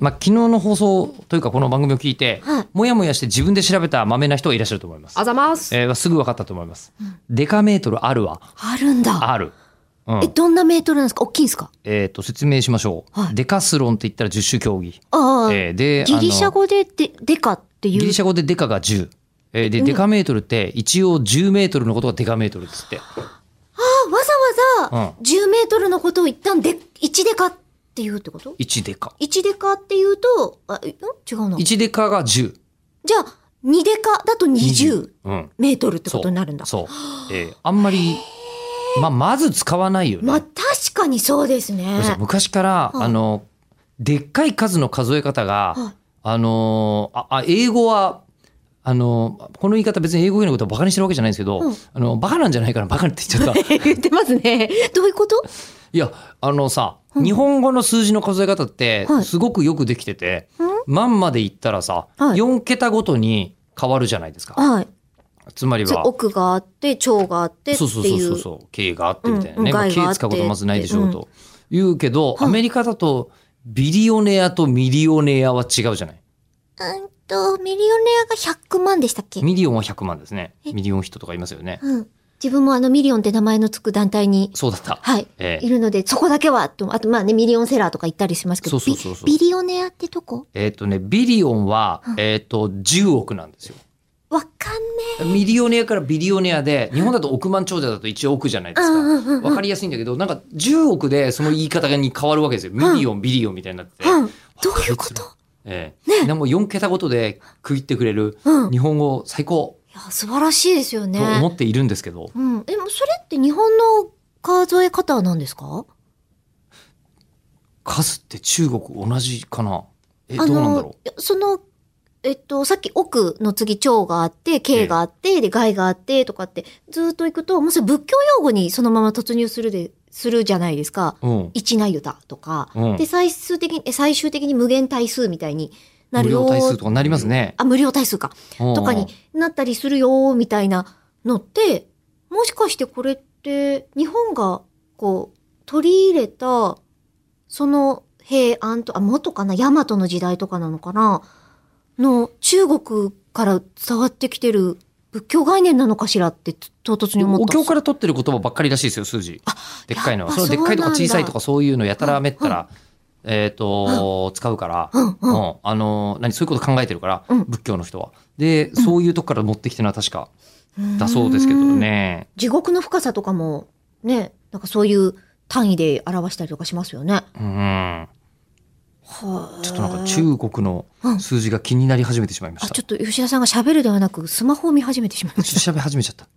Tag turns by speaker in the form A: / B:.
A: まあ、昨日の放送というかこの番組を聞いて、
B: はい
A: もやもやして自分で調べたまめな人がいらっしゃると思います。
B: あざます。
A: えーすぐ分かったと思います。デカメートルあるは
B: あるんだ。
A: ある。うん
B: え、どんなメートルなんですか大きいんですか
A: えーと説明しましょう、
B: はい
A: デカスロンって言ったら10種競技、
B: ああ、
A: えーで
B: ギリシャ
A: あの
B: 語でデデカってい
A: ギ
B: う
A: リ。シャ語でデカが10、えーでデカメートルって一応10メートルのことがデカメートルっつって
B: あわざわざ10メートルのことを一旦で、1デカって言うってこと
A: 1デカ
B: ?1 デカって言うと、あ、ん違うな。じ
A: 1デカが1020
B: ゃあ、2デカだと20
A: うん
B: メートルって
A: そ
B: こ
A: う
B: とになるんだ。
A: そう、えーあんまり、まあ、まず使わないよね、
B: まあ、確かにそうですね。
A: そう昔から、
B: うん
A: あのでっかい数の数え方が、
B: はい
A: あのーああ英語はあのーこの言い方別に英語以外のことはバカにしてるわけじゃないんですけど、
B: うん
A: あのバカなんじゃないかなバカって言っちゃった
B: 言ってますね。どういうこと
A: いやあのさ、日本語の数字の数え方って
B: はい
A: すごくよくできてて、万までいったらさ、
B: はい
A: 4桁ごとに変わるじゃないですか
B: はい。
A: つまり
B: そう
A: は
B: 奥があって、腸があってって
A: そ
B: いうう。
A: そうそうそうそう経があってみたいなね、
B: うん
A: まあ
B: 害があ
A: 経
B: って
A: 使うことまずないでしょうと言うけど、アメリカだとビリオネアとミリオネアは違うじゃない
B: うんと、ミリオネアが100万でしたっけ
A: ミリオンは100万ですねミリオン人とかいますよね
B: うん。自分もあのミリオンって名前のつく団体に、
A: そうだった、
B: はい、
A: ええ
B: いるので、そこだけは、とあとまあね、ミリオンセラーとか言ったりしますけど、
A: そうそうそうそう
B: ビビリオネアってとこ
A: えっ、とねビリオンは、えっ、と10億なんですよ
B: わかんね
A: ミリオネアからビリオネアで日本だと億万長者だと1億じゃないです
B: うんうんうんう
A: か
B: ん
A: わかりやすいんだけどなんか10億でその言い方に変わるわけですよミリオンビリオンみたいになって
B: え。うん。どういうことい
A: ええでも4桁ごとで区切ってくれる
B: うん
A: 日本語最高
B: や、素晴らしいですよね
A: と。思っているんですけど、
B: うん。え、もうそれって日本の数え方なんですか
A: 数って中国同じかなえど
B: あ
A: うなんだ
B: の
A: ろ、
B: いやその、えっと、さっき奥の次、腸があって、経があって、で、害があって、とかって、ずーっと行くと、もうそれ仏教用語にそのまま突入するで、するじゃないですか。
A: う、うん、
B: 一内湯だとか、
A: うん
B: で最終的にえ最終的に無限対数みたいにな
A: 無
B: るよ
A: 料対数とかなりますね
B: あ無料対数か、とかになったりするよーみたいなのってもしかしてこれって日本がこう取り入れたその平安とあ元かな大和の時代とかなのかなの中国から伝わってきてる仏教概念なのかしらって唐突に思った
A: お経から取ってる言葉ばっかりらしいですよ数字でっかいのは
B: や
A: そ
B: っ
A: の
B: ぱ
A: でっかいとか
B: そうな
A: 小
B: んだ
A: さいとかそういうのやたらめったら、えっ、と、使うから、
B: うんうん
A: うんあの何そういうこと考えてるから、
B: うん
A: 仏教の人はで、そういうとこから持ってきてるのは確かだそうですけどね
B: 地獄の深さとかもねなんかそういう単位で表したりとかしますよね。
A: うんちょっとなんか
B: 国
A: 中国の数字が気になり始めてしまいまし
B: あ
A: た
B: ちょっと吉田さんが喋るではなくスマホを見始めてしまいま
A: ち
B: し
A: ょっと調べ始めちゃった。